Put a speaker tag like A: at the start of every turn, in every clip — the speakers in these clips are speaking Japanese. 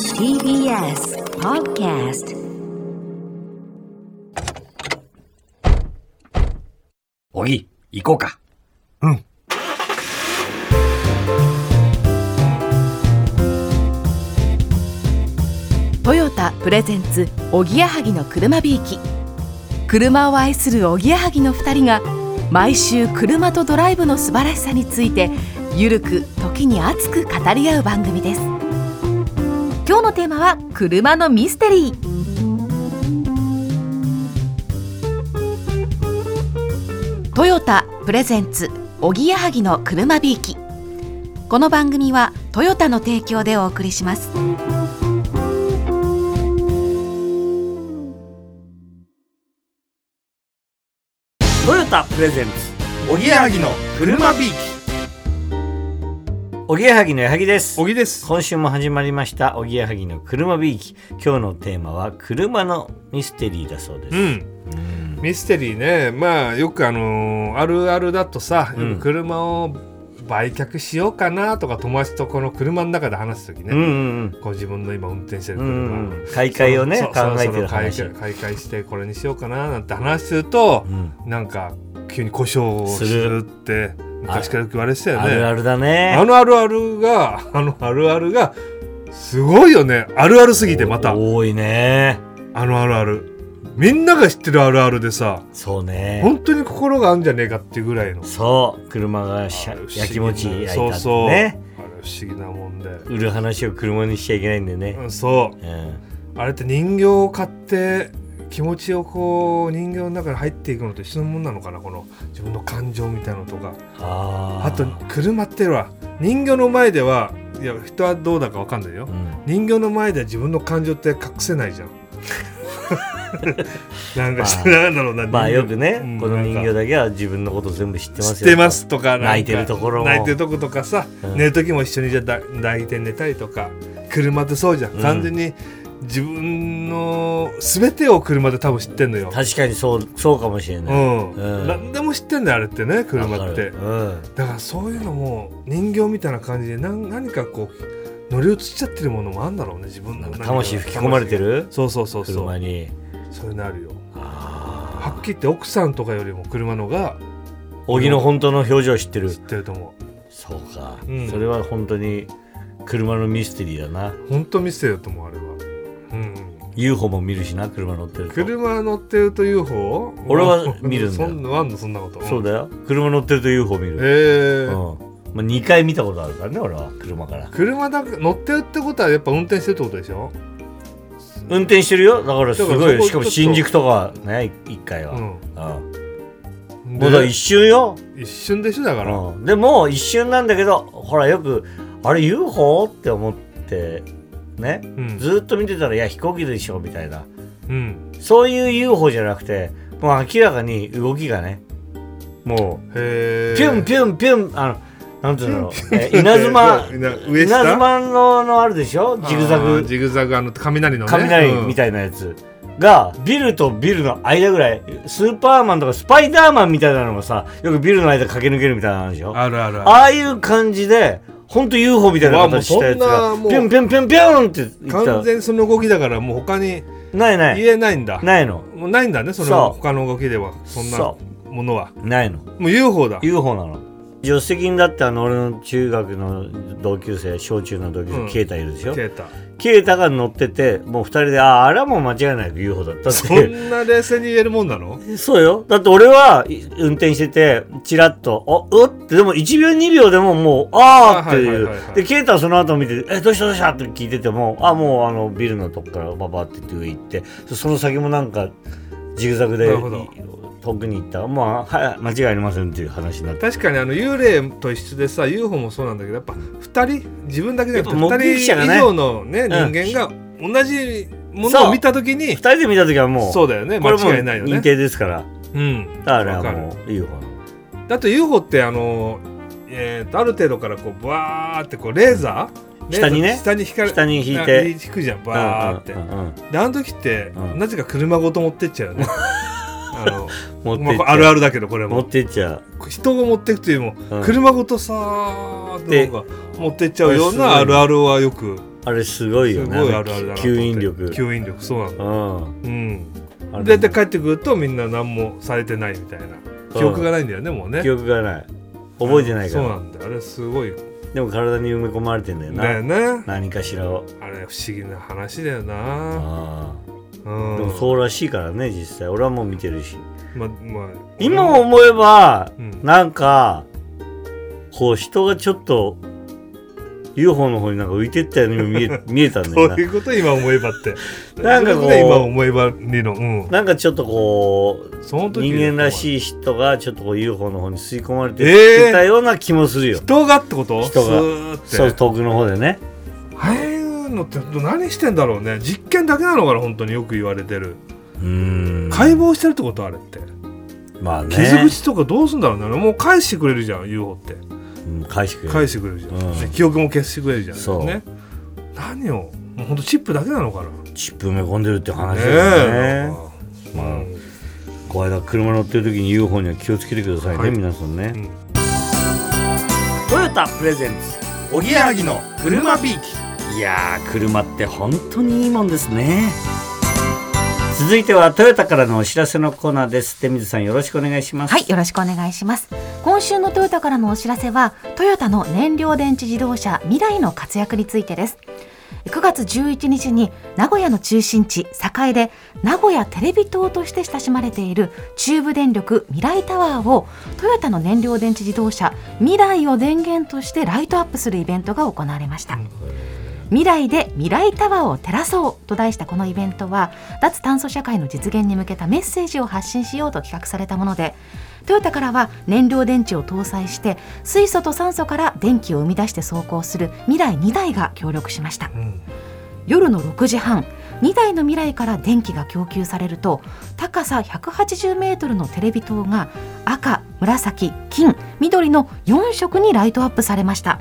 A: TBS Podcast
B: おぎ、行こうか。
C: トヨタプレゼンツおぎやはぎの車びいき車を愛するおぎやはぎの2人が毎週車とドライブの素晴らしさについてゆるく時に熱く語り合う番組です今日のテーマは車のミステリートヨタプレゼンツおぎやはぎの車びいきこの番組はトヨタの提供でお送りします
B: トヨタプレゼンツ。
D: おぎやはぎの車ビーキ
B: おぎやはぎのやはぎです
D: お。ぎです
B: 今週も始まりました、おぎやはぎの車びいき。今日のテーマは、車のミステリーだそうです。
D: うんミステリーねまあよくあのーあるあるだとさ、
B: うん
D: よく車を売却しようかなとか友達とこの車の中で話す時
B: うんう
D: ね、
B: ん
D: こう自分の今運転してる
B: うん。
D: 車、
B: うん。買い替えをね、
D: そ
B: 考
D: うそう
B: えてる
D: そ
B: 話
D: ろ。そろ買い替え買い替えしてこれにしようかななんて話すると
B: う、ん。
D: なんか急に故障をするって昔からよく言われてたよね
B: あるあるだ
D: あ
B: ね。
D: のあるあるがあのあるあるがすごいよねあるあるすぎてまた
B: 多いね。
D: あのあるあるみんなが知ってるあるあるでさ
B: そうね。
D: 本当に心があるんじゃねえかっていうぐらいの
B: そう。車がしゃ
D: あれ不思議な
B: 焼きもち焼いた
D: そう
B: って
D: そうあれ
B: ね。
D: 不思議なもんで、
B: 売る話を車にしちゃいけないんで
D: う
B: ね。
D: ん、そ
B: うん。
D: うあれって人形を買って気持ちをこう人形の中に入っていくのと一緒のもんなのかなこの自分の感情みたいなのとか
B: あ
D: あ
B: あ。
D: と車ってのは人形の前ではいや人はどうだかわかんないよ、
B: うん。
D: 人形の前では自分の感情って隠せな いじゃんなんか、
B: ま
D: なんだろうな
B: まあよくね、
D: うん
B: この人
D: なんか
B: 形だけは自分のこと全部知ってますよ
D: 知ってますとかなんか
B: 泣いてるところも
D: 泣いてるとことかさ、
B: うん
D: 寝る時も一緒にじゃだ抱いて寝たりとか車ってそうじゃん、
B: うん
D: 完全に自分の全てを車で多分知ってんのよ、
B: 確かにそうそうかもしれ
D: う
B: ない、
D: ん
B: うん
D: 何でも知ってんだよあれってね車っ
B: わ
D: て
B: かるうん、
D: だからそういうのも人形みたいな感じで何何かこう乗り移っちゃってるものもあるんだろうね自分の中に
B: 魂吹き込まれてる
D: そうそうそうそう
B: 車に
D: そういうのあるよ
B: あ
D: はっきり言って奥さんとかよりも車のが
B: あ小木の本当の表情知ってる
D: 知ってると思う
B: そうか、
D: うん
B: それは本当に車のミステリーだな
D: 本当ミステリーだと思うあれはうん、
B: UFO も見るしな車乗ってると
D: 車乗ってると UFO
B: 俺 は見るんだよ
D: そんなあんのそんなこと
B: そうだよ車乗ってると UFO 見る、
D: ええ
B: うんまあ、2回見たことあるからね俺は車から
D: 車だけ乗ってるってことはやっぱ運転してるってことでしょ
B: 運転してるよだからす
D: だ
B: ご
D: からそ
B: い
D: こ
B: しかも
D: ちょっと
B: 新宿とかね1回は、
D: う
B: うん
D: ん
B: もうだから
D: で
B: 一瞬よ
D: 一瞬でしょだから、
B: うん、でも一瞬なんだけどほらよくあれ UFO って思ってね
D: うん
B: ずーっと見てたらいや飛行機でしょみたいな
D: うん
B: そういう UFO じゃなくてもう明らかに動きがねも
D: へ
B: う
D: え
B: ピュンピュンピュンあのなんていうんだろう、えー稲妻
D: 稲上
B: 稲
D: 下
B: 妻ののあるでしょジグザ
D: あー
B: グ
D: ジグザグあの雷のね
B: 雷みたいなやつがビルとビルの間ぐらいスーパーマンとかスパイダーマンみたいなのがさよくビルの間駆け抜けるみたいなのあるでしょ
D: うんあるあるある
B: ああいう感じで、ほんと UFO みたいな形したやつ
D: うわ
B: が、
D: もう
B: ピ
D: そ
B: ュ
D: ん
B: ン
D: な
B: ピュンピュンピュンって言
D: 完
B: っ
D: 全にその動きだからもう他に
B: た。ないない。
D: 言えないんだ
B: ないの。
D: もうないんだねそ
B: そ
D: の
B: う
D: 他の動きではそんな
B: そ
D: ものは
B: ないの。
D: もう UFO だ
B: UFO なの。助手席にだってあの俺の中学の同級生小中の同級
D: う
B: 生
D: ん
B: 啓太、いるでしょ
D: ケータ
B: 啓太が乗っててもう二人であああれはもう間違いなく UFO だったっ
D: そ
B: て
D: んな冷静に言えるもんなの
B: そうよだって俺はい運転しててチラッと「おうっ」ってでも1秒2秒でももう「ああ」って
D: はいいうはいはいはい
B: で啓太はその後見て「えどうしたどうした?」って聞いてても「あもうあのビルのとこからババってって上行ってその先もなんかジグザグで
D: なるほど
B: 遠くに行ったまあはい間違いありませんっていう話になって
D: 確かにあの幽霊と一緒でさ UFO もそうなんだけどやっぱ2人自分だけじゃなくて
B: やっぱ目
D: 2
B: 撃者が
D: 人以
B: ね
D: 上のね人
B: うん
D: 間が同じも
B: そ
D: の
B: う
D: を見た時に
B: 二人で見た時はもう
D: そうだよね
B: こ
D: 間
B: れもう
D: 違いないよ
B: 認
D: ね
B: 定ですから
D: うん
B: だからあ
D: わ
B: れ
D: か
B: は
D: る
B: もういいよ
D: だって UFO ってあのえーとある程度からこうバーってこうレーザー
B: 下にね
D: レーザー下に光る
B: 下に引いて
D: 引くじゃんバーって
B: うんうんうん
D: であの時って、
B: うん
D: なぜか車ごと持ってっちゃうよ ねあの
B: 持って
D: ま
B: っちゃう
D: あ、あるあるだけどこれ
B: 持っ
D: も
B: てっちゃう
D: 人を持っていくというよりも、
B: うん
D: 車ごとさーっ
B: で
D: てなんか持ってっちゃうようなあ
B: これすごい
D: るあるはよく
B: あれすごい
D: す
B: よね
D: ごいあるあるだなと思って
B: 吸引力
D: 吸引力そうなの
B: うん
D: うん
B: あれ
D: 大体帰ってくるとみんな何もされてないみたいな記憶がないんだよねもうね
B: 記憶がない覚えてないか
D: そう
B: ら、
D: なんだよあれすごい
B: でも体に埋め込まれてんだよな、
D: だよね
B: 何かしらを
D: あれ不思議な話だよな
B: あ
D: う
B: あ
D: ん
B: でもそうらしいからね実際俺はもう見てるし
D: ままあ
B: 今思えば、
D: うん
B: なんかこう人がちょっと UFO の方になんか浮いてったようにも見 え見えたんだ
D: そ
B: よ
D: ういうこと今思えばって
B: なんかこう
D: そういうと今思えば理論うん
B: ななんかちょっとこう
D: その時
B: 人間らし
D: い
B: い人がちょっとこう UFO の方に吸い込まれて
D: えー
B: ってたような気もするよ、
D: 人がってこと
B: 人が
D: スーって
B: そう遠くの方でね
D: ああいうのって何してんだろうね実験だけなのかな本当によく言われてる
B: うん
D: 解剖してるってことあれって
B: まあね
D: 傷口とかどうすんだろうねもう返してくれるじゃん UFO って
B: うん返してくれる
D: 返してくれるじゃん、
B: うん
D: で記憶も消してくれるじゃん
B: そう
D: ね何をもうほんとチップだけなのかな
B: チップ埋め込んでるって話だよね
D: えまあ、うん
B: これだ車乗ってる時に UFO には気をつけてくださいね、
D: はい
B: 皆さんね、
D: うん
B: トヨタプレゼンツおぎやはぎの車ビーきいやー車って本当にいいもんですね続いてはトヨタからのお知らせのコーナーです手水さんよろしくお願いします
A: はい、よろしくお願いします。今週のトヨタからのお知らせは、トヨタの燃料電池自動車未来の活躍についてです。9月11日に名古屋の中心地栄で名古屋テレビ塔として親しまれている中部電力未来タワーをトヨタの燃料電池自動車未来を電源としてライトアップするイベントが行われました。未来で未来タワーを照らそうと題したこのイベントは脱炭素社会の実現に向けたメッセージを発信しようと企画されたものでトヨタからは燃料電池を搭載して水素と酸素から電気を生み出して走行する未来2台が協力しました
D: うん
A: 夜の6時半2台の未来から電気が供給されると高さ180メートルのテレビ塔が赤紫金緑の4色にライトアップされました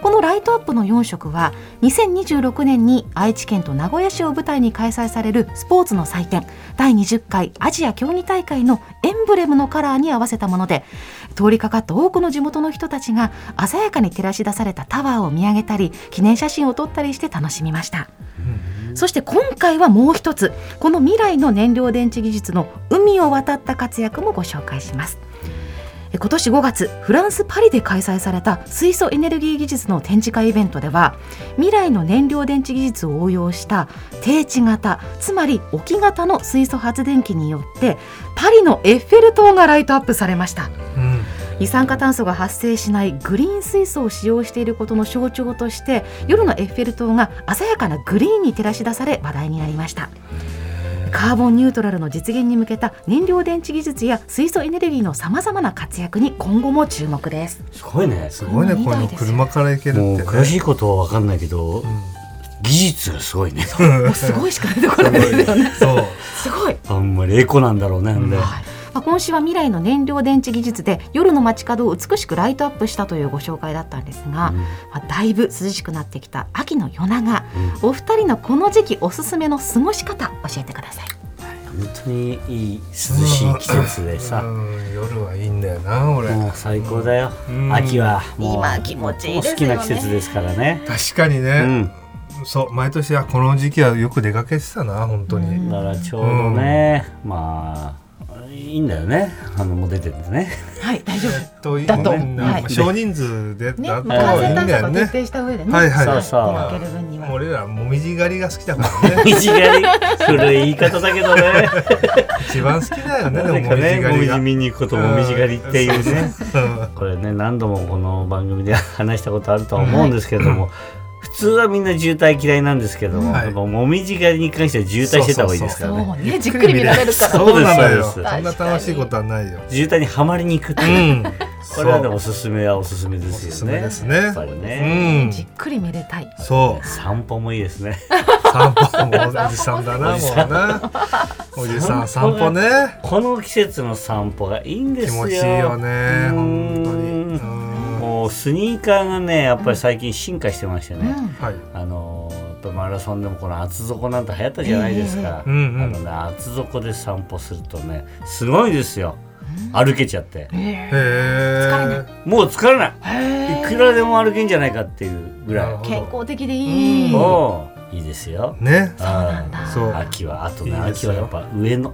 A: このライトアップの4色は2026年に愛知県と名古屋市を舞台に開催されるスポーツの祭典第20回アジア競技大会のエンブレムのカラーに合わせたもので通りかかった多くの地元の人たちが鮮やかに照らし出されたタワーを見上げたり記念写真を撮ったりして楽しみました。そして今回はもう一つこの未来の燃料電池技術の海を渡った活躍もご紹介しますえ今年5月フランス・パリで開催された水素エネルギー技術の展示会イベントでは未来の燃料電池技術を応用した低地型つまり置き型の水素発電機によってパリのエッフェル塔がライトアップされました
D: うん
A: 二酸化炭素が発生しないグリーン水素を使用していることの象徴として夜のエッフェル塔が鮮やかなグリーンに照らし出され話題になりましたカーボンニュートラルの実現に向けた燃料電池技術や水素エネルギーのさまざまな活躍に今後も注目 です
B: すごいね
D: すごいね
A: うん
D: この車から行けるって
B: もう
D: ね
B: 詳しいことは分かんないけど、技術がすごいね
A: もうすごいしか出てこないですよね
D: そう
A: すごい
B: あんまりエコなんだろうね、ほんで
A: はいまあ、今週は未来の燃料電池技術で夜の街角を美しくライトアップしたというご紹介だったんですが、まあ、だいぶ涼しくなってきた秋の夜長、お二人のこの時期おすすめの過ごし方教えてください
B: 本当にいい涼しい季節でさ、
D: うん夜はいいんだよな俺
B: もう最高だよ、
D: うん
B: 秋はもう
A: 今気持ちいいですよね
B: 好きな季節ですからね
D: 確かに
B: う
D: ね
B: ん
D: そう毎年あこの時期はよく出かけてたな本当に
B: だからちょうどね、まあいいんだよねあのもう出てるんでね
A: はい大丈夫
D: とい
A: だと
D: みんな
A: はい
D: 少人数で
A: ね
D: だといいん
A: 感染対
D: だ
A: 策
D: よ
A: を徹
D: ね
A: 底した上でね、
D: はいはい
B: そうそ
A: 出かける分には
D: 俺らもみじ狩りが好きだからね
B: 短い古い言い方だけどね
D: 一番好きだよねで も
B: な
D: も
B: んか
D: みじ
B: ね
D: 狩
B: も
D: り
B: み
D: が
B: じ見に行くこともみじ狩りっていう ね
D: うん
B: これね何度もこの番組で話したことあるとは思うんですけれども、普通はみんな渋滞嫌いなんですけども、
D: はい
B: やっぱもみじ狩りに関しては渋滞してた方がいいですからね
A: そうねじっくり見られるから
B: そうです
D: なのよ
B: そ
D: そ
B: うんです
D: な楽しいことはないよ
B: 渋滞にはまりに行くって
D: う
B: いう、
D: ん
B: これはねおすすめはおすすめですよね
D: おすすめですね
B: やっぱり
D: う
B: ね、
D: ん
A: じっくり見れたい
D: そう
B: 散歩もいいですね
D: 散歩もおじさんだ な
B: お
D: も
B: じ
D: う
B: さ
D: なおじさん散歩ね
B: この季節の散歩がいいんで
D: 気
B: すよ
D: 持ちいいよね
B: うーん
D: 本当にうん
B: もうスニーカーがねやっぱり最近進化してましてね、
D: はい
B: あのーやっぱマラソンでもこの厚底なんて流行ったじゃないですか、
D: ええうんうん
B: あのね厚底で散歩するとねすごいですよ、歩けちゃって
D: へえ
B: もう疲れない
E: へ
B: い
E: え
B: くらでも歩けんじゃないかっていうぐらい
D: なるほど
E: 健康的でいい。
D: うん
B: おーいいですよ
D: ね
B: あー
D: そう
B: 秋はあとね
D: いいで
B: 秋
D: すよ
B: はやっぱ上 の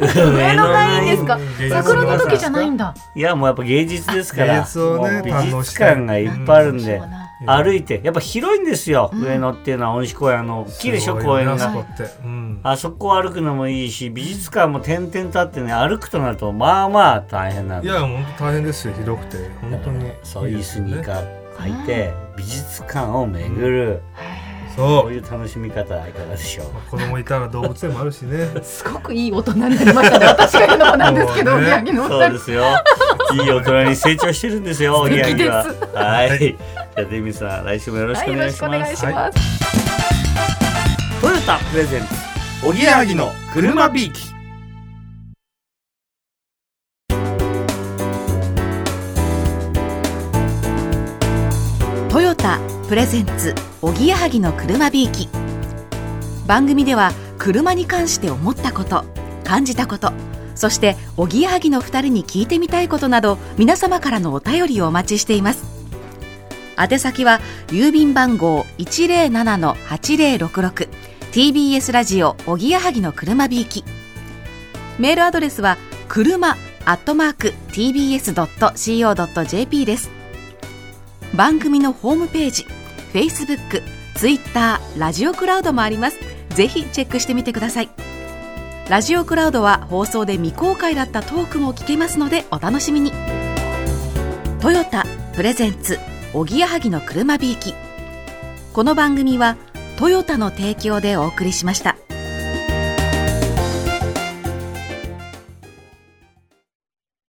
E: 上
B: 上
E: 野がいいんですか
D: うん。
E: 桜の時じゃないんだ。
B: いやもうやっぱ芸術ですから
D: 芸術をね
B: もう美
D: 堪能し
B: 術
D: たい
B: 館がいっぱいあるんで
E: そうな
B: 歩いてやっぱ広いんですよ、
E: うん
B: 上野っていうのは大西公園あの大きいでしょ公園
D: す
B: が
D: ごいねあそこってうん
B: あそこを歩くのもいいし美術館も点々とあってね歩くとなるとまあまあ大変なん
D: い
B: で
D: や本当大変ですよ広くて本当に
B: そういうスニーカ
D: ー
B: ー履いて美術館を巡る、
D: そ
B: そう
D: う
B: いう楽しみ方いかがでしょう
D: まあ子供いたら動物園もあるしね
E: すごくいい大人になりましたね。私が言うのもなんですけど、
D: もうね
E: 宮城のお
B: そう
E: 二
B: で
E: 人。
B: すよ。いい大人に成長してるんですよ、おぎやはぎは。はい。じゃあ、デミさん、来週もよろし
E: は
B: く
E: い、
B: お
E: よ
B: 願
E: ろ
B: い
E: し
B: し
E: くお願
B: ま
E: い
B: す。
E: します。
B: トヨタプレゼンツ。
D: おぎやはぎの車ビーキ
A: トヨタプレゼンツおぎやはぎの車びいき番組では車に関して思ったこと感じたことそしておぎやはぎの2人に聞いてみたいことなど皆様からのお便りをお待ちしています宛先は郵便番号 107-8066TBS ラジオおぎやはぎの車びいきメールアドレスは車アットマーク TBS.CO.JP です番組のホームページ Facebook、Twitter、ラジオクラウドもありますぜひチェックしてみてくださいラジオクラウドは放送で未公開だったトークも聞けますのでお楽しみにトヨタプレゼンツおぎやはぎの車びいきこの番組はトヨタの提供でお送りしました